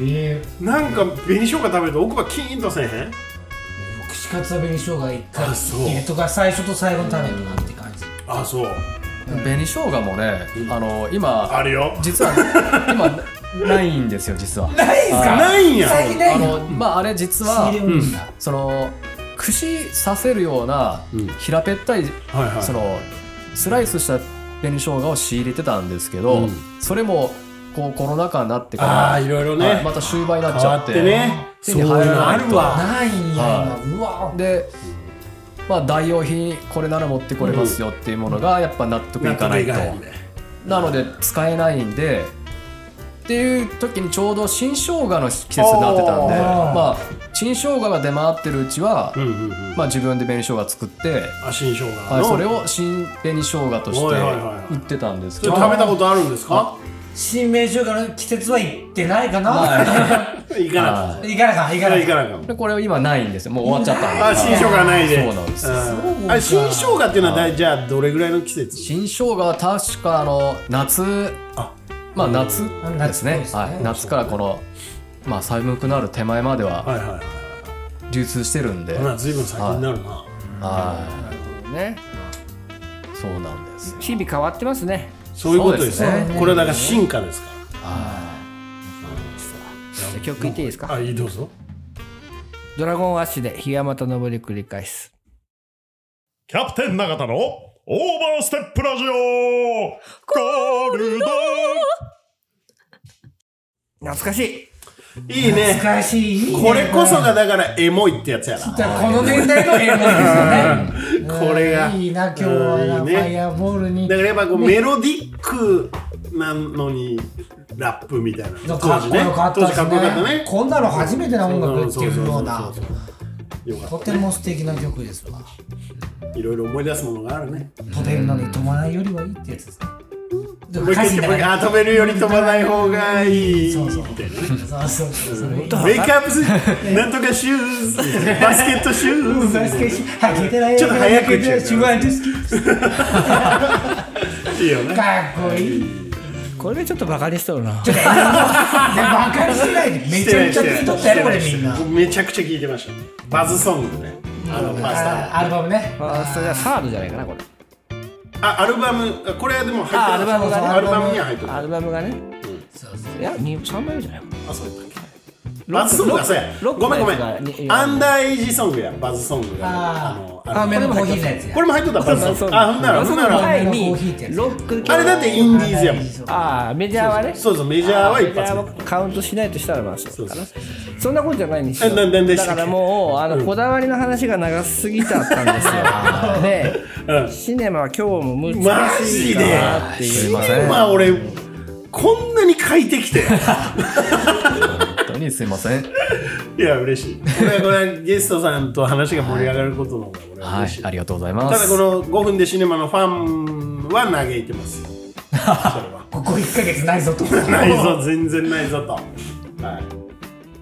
ええなんか紅生姜食べると奥歯キーンとせえへん僕串カツは紅生姜一回あそう入れとか最初と最後の食べるとかって感じあそう紅生姜もねあの今あるよ実は今ないんですよ実はないんすかないんや最近なあいののまああれ実仕は入れるんだその串刺せるようなうん平べったいはいはいそのスライスした紅生姜を仕入れてたんですけど、うんそれもこうコロナ禍になってあかあいろいろら、ね、はいまた終売になっち変ゃわっっててね手に入らないそうというのあるわないんやは今うわで、まあ、代用品これなら持ってこれますよっていうものがやっぱ納得いかないと、納得ねなので使えないんでっていう時にちょうど新生姜の季節になってたんであーまあ新生姜が出回ってるうちは、うんうんうんまあ、自分で紅生姜作って、あ新生姜の、はい、それを新紅生姜としおいておいおいおい売ってたんですけそれど食べたことあるんですか新名所から季節は行ってないかな、行かなかっ行かなか行たかそなれ行かかなかったでこれは今ないんですよもう終わっちゃったんであ新生姜ないでそうなんですようんあれ新生姜っていうのは大じゃあどれぐらいの季節新生姜は確かあの夏あまあ夏です夏っぽいねですねはい、夏からこの、まあ、寒くなる手前までははいはいはい流通してるんで、ほら随分先になるなはねい、そうなんですよ日々変わってますねそういうことですそうでねすこれはだから進化ですかじゃあ曲いっていいですらかあいいどうぞドラゴンアッシュで日がまた昇り繰り返すキャプテン永田のオーバーステップラジオゴールド懐かしいいいね難しいこれこそがだからエモいってやつやなだからこの年代の英語ですよねこれがいいな今日はなうんいいねファイアボールにだからやっぱこうメロディックなのにラップみたいなかっこよかっ当た時かっこよかったねこんなの初めてな音楽っていうようそなそそそうよかとっても素敵な曲ですわたいろいろ思い出すものがあるね飛べるのに止まないよりはいいってやつですねでもう一回歌言詞のってもう一回中にあ飛べるより飛ばない方がいいそうそうみたいなねそうそうそうメイクアップスなんとかシューズバスケットシューズ難しいしはい聞いてないよちょっと早く言っちゃう自分ですいいよねかっこいいこれちょっとバカにしとるなでバカにしないでめちゃめちゃ聞いとったよこれみんなめちゃくちゃ聞いてましたねバズソングねあのファーストあアルバムねあそれはサードじゃないかなこれあアルバムあこれはでも入ってあアルバムがねアルバムには入ってるアルバムがねそうそういやに3枚目じゃないあ、そうやったっけバズソングがそうやロックごめんごめんロックのやつがアンダーエイジソングやバズソングがああのああのメロコーヒーのやつやこれも入っとったバズソングあほんならほんなそのら前にコーヒーってやつロック系あれだってインディーズやもんああメジャーはねそうそうメジャーは一メジ発ャーはカウントしないとしたらまあそうかなそんなことじゃないんですえよななんでしただっけからもうあのこだわりの話が長すぎちゃったんですよ で、シネマは今日も難しいかなっていうすいません今本俺こんなに書いてき て当にすいませ んいや嬉しいこれはこれはゲストさんと話が盛り上がることの方が俺はは嬉いしい、ありがとうございまたすだこの5分でシネマのファンは嘆いて ますよそれはここ1ヶ月ないぞとないぞ全然ないぞと、はい、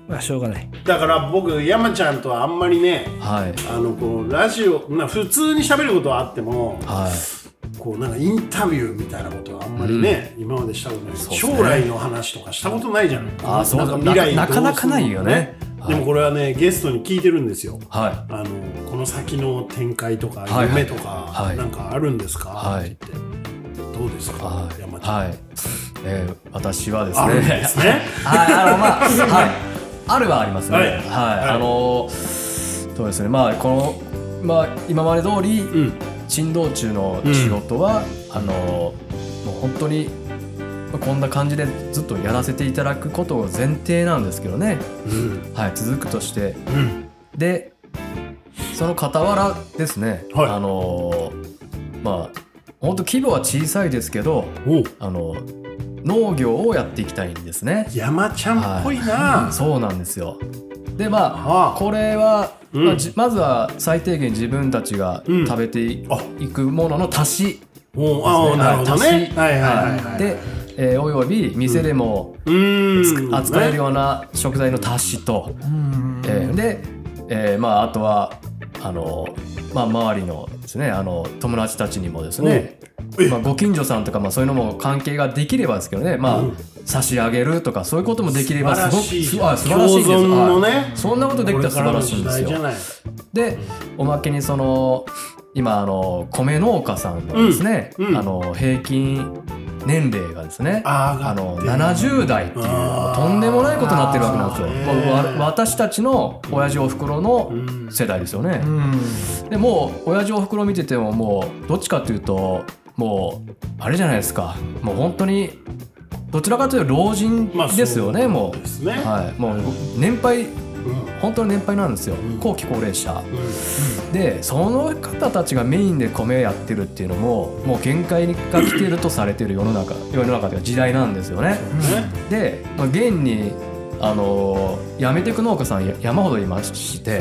まあしょうがないだから僕山ちゃんとはあんまりねはいあのこうラジオな普通に喋ることはあってもはいこうなんかインタビューみたいなことはあんまりね、今までしたことない、うですね将来の話とかしたことないじゃんあーそなうんか未来などうするかなかないよねはいでもこれはねゲストに聞いてるんですよはあのこの先の展開とかいはい夢とかはいなんかあるんですか、はいって言ってどうですか、いはい山ちゃん、はいえー私はですねです ね。はい、あのまあ、はい、あるはありますね。ははいい、はいあのそうですね。まあこのまあ今まで通り、ん珍道中の仕事は、あのもう本当に。まあこんな感じでずっとやらせていただくことを前提なんですけどね、うんはい、続くとしてうんでその傍らですね、はいあのまあ本当規模は小さいですけどおうあの農業をやっていきたいんですね。山ちゃんっぽいな。そうなんですよでまあああこれは、うんまあじまずは最低限自分たちがうん食べてい,、あくものの足しおうああなるほどね。はいはいはいはい。で、えーおよび店でもうーん。扱えるね。ような食材の足しと、えーで、えーまああとはあの、まあ、周りのですねあの友達たちにもですねおえまあ、ご近所さんとか、まあ、そういうのも関係ができればですけどね、まあうん差し上げるとかそういうこともできればすごく素晴すらあしい素晴らしいです共存のねはいそんなことできたら素晴らしいんですよこれからの時代じゃないでおまけにその今あの米農家さんのですね、うんうんあの平均年齢がですねあー上があってるの70代っていうあーとんでもないことになってるわけなんですよそうねわわ私たちの親父おふくろのうん世代ですよね、でもう親父おふくろ見ててももうどっちかっていうともうあれじゃないですかもう本当にどちらかというと老人まあですよね、そうもですねう、はい、もう年配うん本当に年配なんですよ、ん後期高齢者うんでその方たちがメインで米やってるっていうのももう限界が来てるとされてる世の中世の中というか時代なんですよね。ねで、まあ、現にあのーやめていく農家さんや山ほどいまして、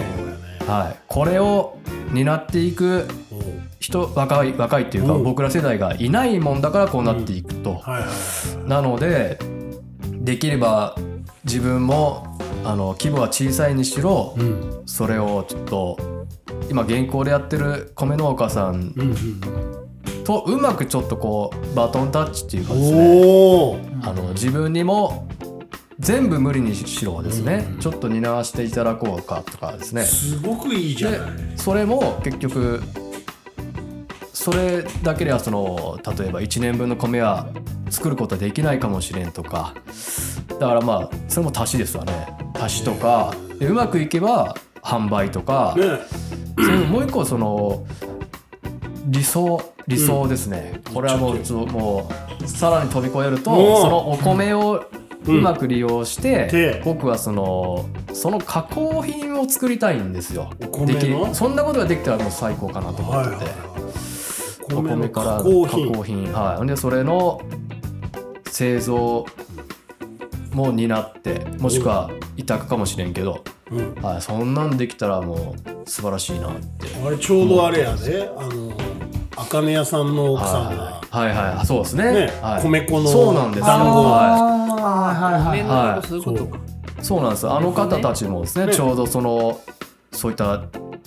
はい、これを担っていくおう人若い若いっていうかうん僕ら世代がいないもんだからこうなっていくと。はいはいはいなのでできれば自分もあの規模は小さいにしろ、うんそれをちょっと今現行でやってる米農家さんうんうんとうまくちょっとこうバトンタッチっていうかですねおおあの自分にも全部無理にしろですね、ちょっと担わせていただこうかとかですねすごくいいじゃでないそれも結局それだけではその例えば1年分の米は作ることはできないかもしれんとかだからまあそれも足しですわね足しとかでうまくいけば販売とか、ねそのもう一個その理想理想ですね、これはもうちょもうさらに飛び越えるとおーそのお米をうまく利用して、で僕はそのその加工品を作りたいんですよお米のできそんなことができたらもう最高かなと思はいっはいてて、はいお米から加加工工品品はいでそれの製造も担ってもしくは委託かもしれんけど、うんはい、そんなんできたらもう素晴らしいなってあれちょうどあれやであの茜屋さんの奥さんがはいはいはいそうですねねはい、米粉のそうなんです団子はあ面倒とかそういうことか。い、そうなんですあの方たちもですねねちょうどそのそういった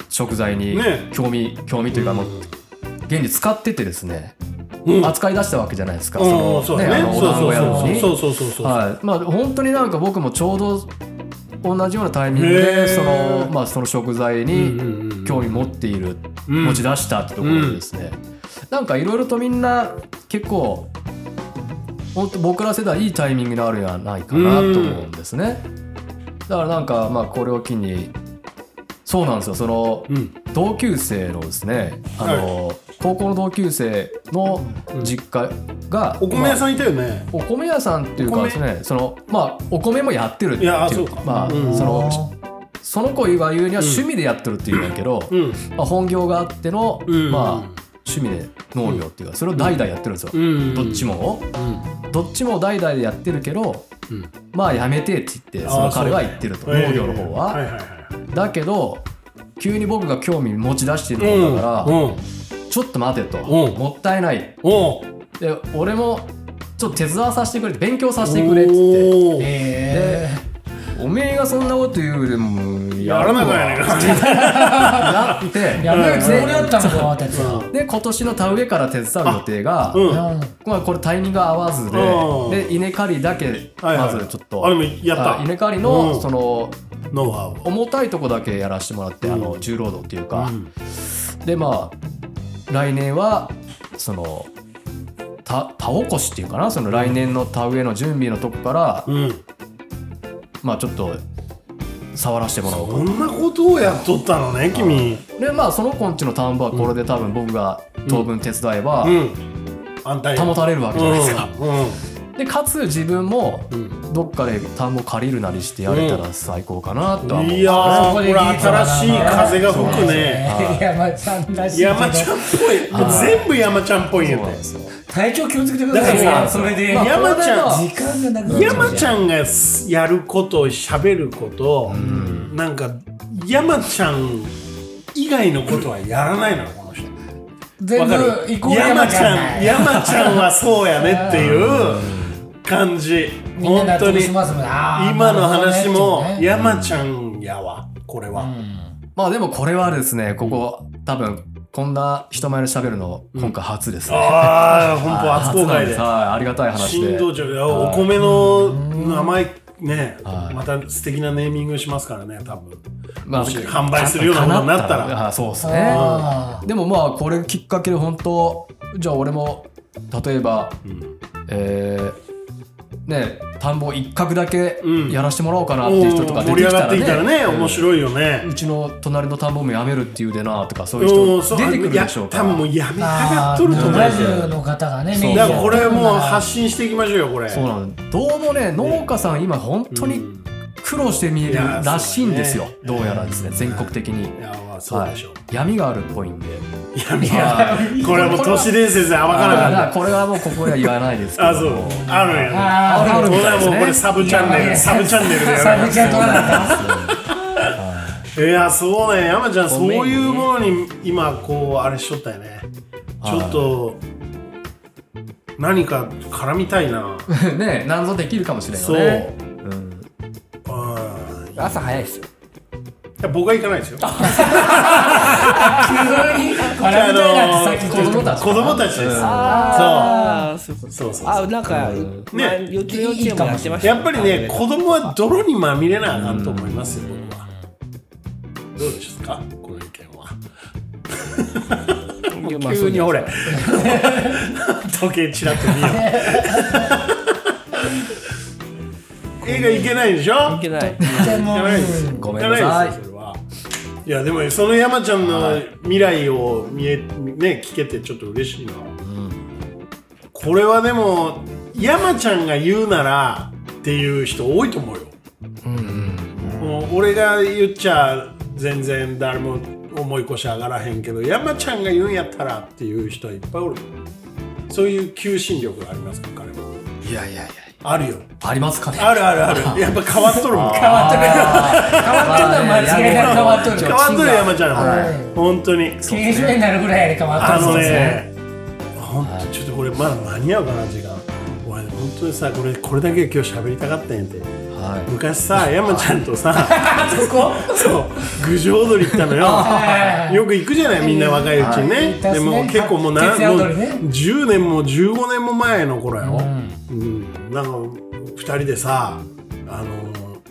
食材にね興味、興味というかもう現に使っててですね、うん扱い出したわけじゃないですか、うんそそうのだねあねのおそう団子やるのにそうそうそうそうそうはいまあ本当になんか僕もちょうど同じようなタイミングへーでその,、まあ、その食材うんうんうんに興味持っている、ん持ち出したってところでですね、なんかいろいろとみんな結構本当僕ら世代いいタイミングのあるんじゃないかなと思うんですね、だからなんかまあこれを機にそうなんですよその、うん同級生のですねあの、高校の同級生の実家が、お米まあ屋さんいたよねお米屋さんっていうかですねそのまあお米もやってるっていいやあそううかまあ、うんそのその子が言うには趣味でやってるっていうんやけど、うんまあ、本業があっての、うんまあ趣味で農業っていうかそれを代々やってるんですよ、うんどっちも、どっちも代々やってるけど、んまあやめてって言ってその彼は言ってると農業の方は、いはいはいだけど急に僕が興味持ち出してるうもんんだから、うんちょっと待てと、うんもったいないおうで俺もちょっと手伝わさせてくれ勉強させてくれっつっておうでおめえがそんなこと言うよりもやらなきゃやねんかな ってやべえ、これやったのかなってやつは。で今年の田植えから手伝う予定が、うんまあ、これタイミングが合わずうんでで稲刈りだけはいまはいずちょっと、あでもやったあ稲刈りうのんそのノウハウを重たいとこだけやらせてもらって、あうのん重労働っていうか、でまあ来年はそのた田起こしっていうかなその来年の田植えの準備のとこから、うんまあちょっと触らせてもらおうかこんなことをやっとったのね君でまあその子んちの田んぼはこれで多分僕が当分手伝えばうんあんた保たれるわけじゃないですか。うんうんでかつ自分もどっかで田んぼ借りるなりしてやれたら最高かなとは思う、いやーこれ新しい風が吹くね山ちゃんらしいけど山ちゃんっぽいもう全部山ちゃんっぽいんやて体調気をつけてくださいよそれでまあ山ちゃん時間がなくなっちゃう山ちゃんがやること喋ることなんか山ちゃん以外のことはやらないのよこの人全わか部るイコール山山ちちゃゃんん山ちゃんはそうやねっていう感じみん本な納当得にしますもんねあー今の話もなるほどね山ちゃんやわこれはまあでもこれはですねここ多分こんな人前で喋るの今回初ですね、ああ本当初公なん開ですではいありがたい話新で道場でお米の名前ねまた素敵なネーミングしますからね多分まあもし販売するようなものになったらあそうですねでもまあこれきっかけで本当じゃあ俺も例えば、えーね田んぼ一角だけうんやらしてもらおうかなっていう人とか出盛てりき上たがっらてきたらねね面白いよねうちの隣の田んぼもやめるっていうでなとかそういううんそう人出てくるでしょうか多ら分もうやめたがっとると思うラジオの方がねメインだからこれもう発信していきましょうよこれそうなのどうもね農家さん今本当に苦労して見えるらしいんですよいやそうだどねうやらですね全国的にいやまあそうでしょうはい闇があるっぽいんで闇がこれはもう都市伝説で暴かなだかかっらこれはもうここでは言わないですけたあどそうあるんやねあーあるみこれたいはですもうこれねサブチャンネルサブチャンネルでサやブちゃん取らなかっるいやそうね山ちゃんそうごめんねいうものに今こうあれしとったよねちょっと何か絡みたいな ね何ぞできるかもしれないそうよねうんい朝早いですよや僕は行かないですよたあの笑みたいなってさっき子供たち子供たちですああそういうことそうそうそうあなんか、まあね幼稚幼稚園もやってましたやっぱりね子供は泥にまみれなあかんと思いますよ僕はどうですかこの意見は急に急にほれ 時計ちらっと見よう 映画行けないでしょいけない行かないですごめんなさい行かないですよそれはいやでもその山ちゃんの未来を見え、ね、聞けてちょっと嬉しいな、これはでも山ちゃんが言うならっていう人多いと思うよ、もう俺が言っちゃ全然誰も思い越し上がらへんけど山ちゃんが言うんやったらっていう人はいっぱいおるそういう求心力がありますか彼もいやいやいやあるよありますかねあるあるあるやっぱ変わっとるもん変わっ変わっとるのは間違いなく変わっとる変わっとるよ山ちゃん、本当に刑事になるぐらいで変わっとるあのね本当ちょっとこれまだ間に合うかな時間俺本当にさこれこれだけ今日喋りたかったんやては昔 さ山ちゃんとさ そう郡上踊り行った のよよく行くじゃないみんな若いうちにねはいでも行ったっすね結構もうな徹夜もう踊りね10年も15年も前の頃ようんなんか2人でさあの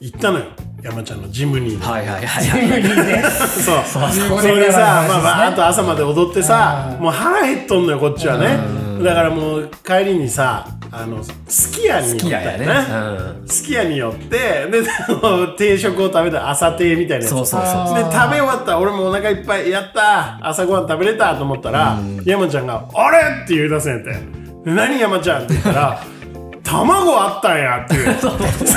行ったのよ山ちゃんのジムニーいではいは いはい急にねそう15それで年前の話ですねさ、まあまあ、あと朝まで踊ってさもう腹減っとんのよこっちはねだからもう帰りにさあのすき家に寄っいたやよいねやね、すき家に寄ってで あの定食を食べた朝定みたいなうん、やつそうそうそうで食べ終わった俺もお腹いっぱいやった朝ごはん食べれたと思ったら、山ちゃんが「あれ?」って言い出せんやって「で何山ちゃん?」って言ったら「卵あったんや」っていうそ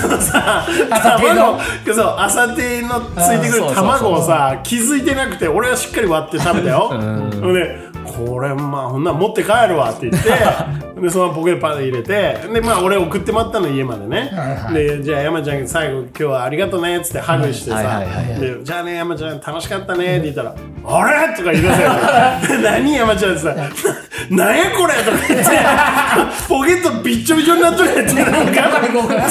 のさ朝定卵のそう朝定のついてくあーそうそうそるう卵をさ気づいてなくて俺はしっかり割って食べたよ。ほんでこれまあほんなら持って帰るわって言って でそのままポケットパンで入れてでまあ俺送ってもらったの家までねでじゃあ山ちゃん最後今日はありがとねっつってハグしてはいはさいはいはいでじゃあね山ちゃん楽しかったねって言ったら「あれ?」とか言い出せ よで何山ちゃんってさ 「なんやこれ?」とか言ってポケットびっちょびちょになっとるやつなんか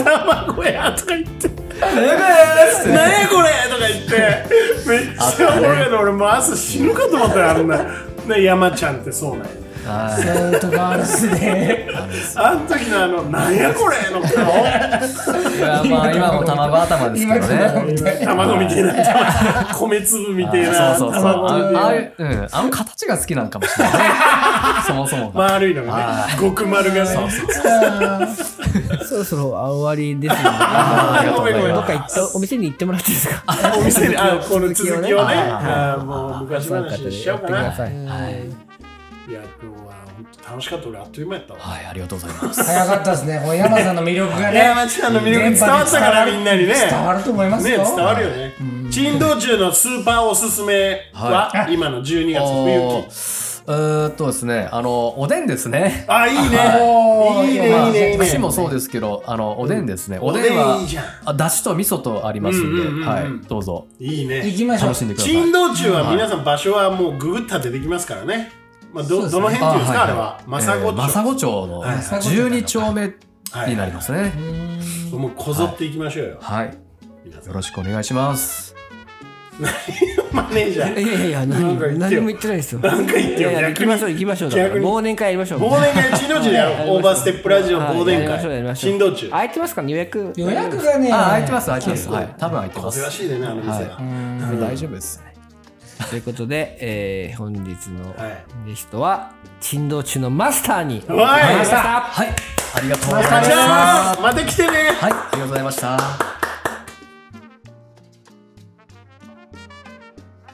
卵やとか言って 「なんやこれ?」とか言ってめっちゃおもろいの俺もう朝死ぬかと思ったよあんなで山ちゃんってそうなんやはいそういうとこあるっすね。あの時のあの「なんやこれ!」の顔いやまあ今も卵頭ですけどね卵みたいな 米粒みたいあなそうそうそうあ卵みああたい、いううん、あの形が好きなのかもしれ ないねそもそもが丸いのがね極丸がね そろそろあ終わりですよねあありがとうございますどっか行ったお店に行ってもらっていいですか お店であこの続きをねはいあーもう昔話にしちゃおうかやなってくださいいや今日は本当楽しかった俺あっという間やったわはいありがとうございます早かったですね。この山さんの魅力がいやね。まあちゃんの魅力伝わったからみんなにね伝わると思いますねよ。伝わるよね珍道中のスーパーおすすめは今の12月冬季うーんとですね、あの、おでんですね。あいいはねいいねいいねいいだしねもそうですけど、あの、おでんですね。おおででんんはいいじゃん、あだしと味噌とありますんで、うんうんうんうんはい、どうぞ、いい行ねきましょう楽。しんでください。珍道中は皆さん場所はもうググったら出てきますからねまあどどの辺っていうんですかあれはえー政政子町のはい12丁目はいになりますね。子もうこぞっていきましょうよはい。皆さよんろしくお願いします。マネージャいーやいやいやなん何か言ってよ何も言ってないですよなんか言っいてよやいや行逆きましょうに行きましょうだから逆に忘年会やりましょう忘年会珍道中でやろうオーバーステップラジオ忘年はいやりましょうやり会ましょう珍道中空いてますかね予約予約がね。あ、開いてます、開いてます。はい、多分開いてま珍す。しいでねあの店が大丈夫ですね。ということで、えー、本日のはいゲストは珍道中のマスターにわいましたはい、ありがとうございまじしゃた。あまた来てねはい、ありがとうございました。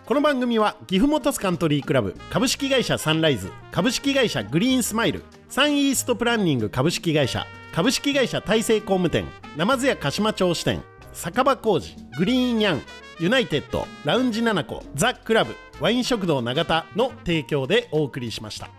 この番組は岐阜本スカントリークラブ株式会社サンライズ株式会社グリーンスマイルサンイーストプランニング株式会社株式会社大成工務店ナ津屋鹿島町支店酒場工事グリーンヤンユナイテッドラウンジナナコザ・クラブワイン食堂永田の提供でお送りしました。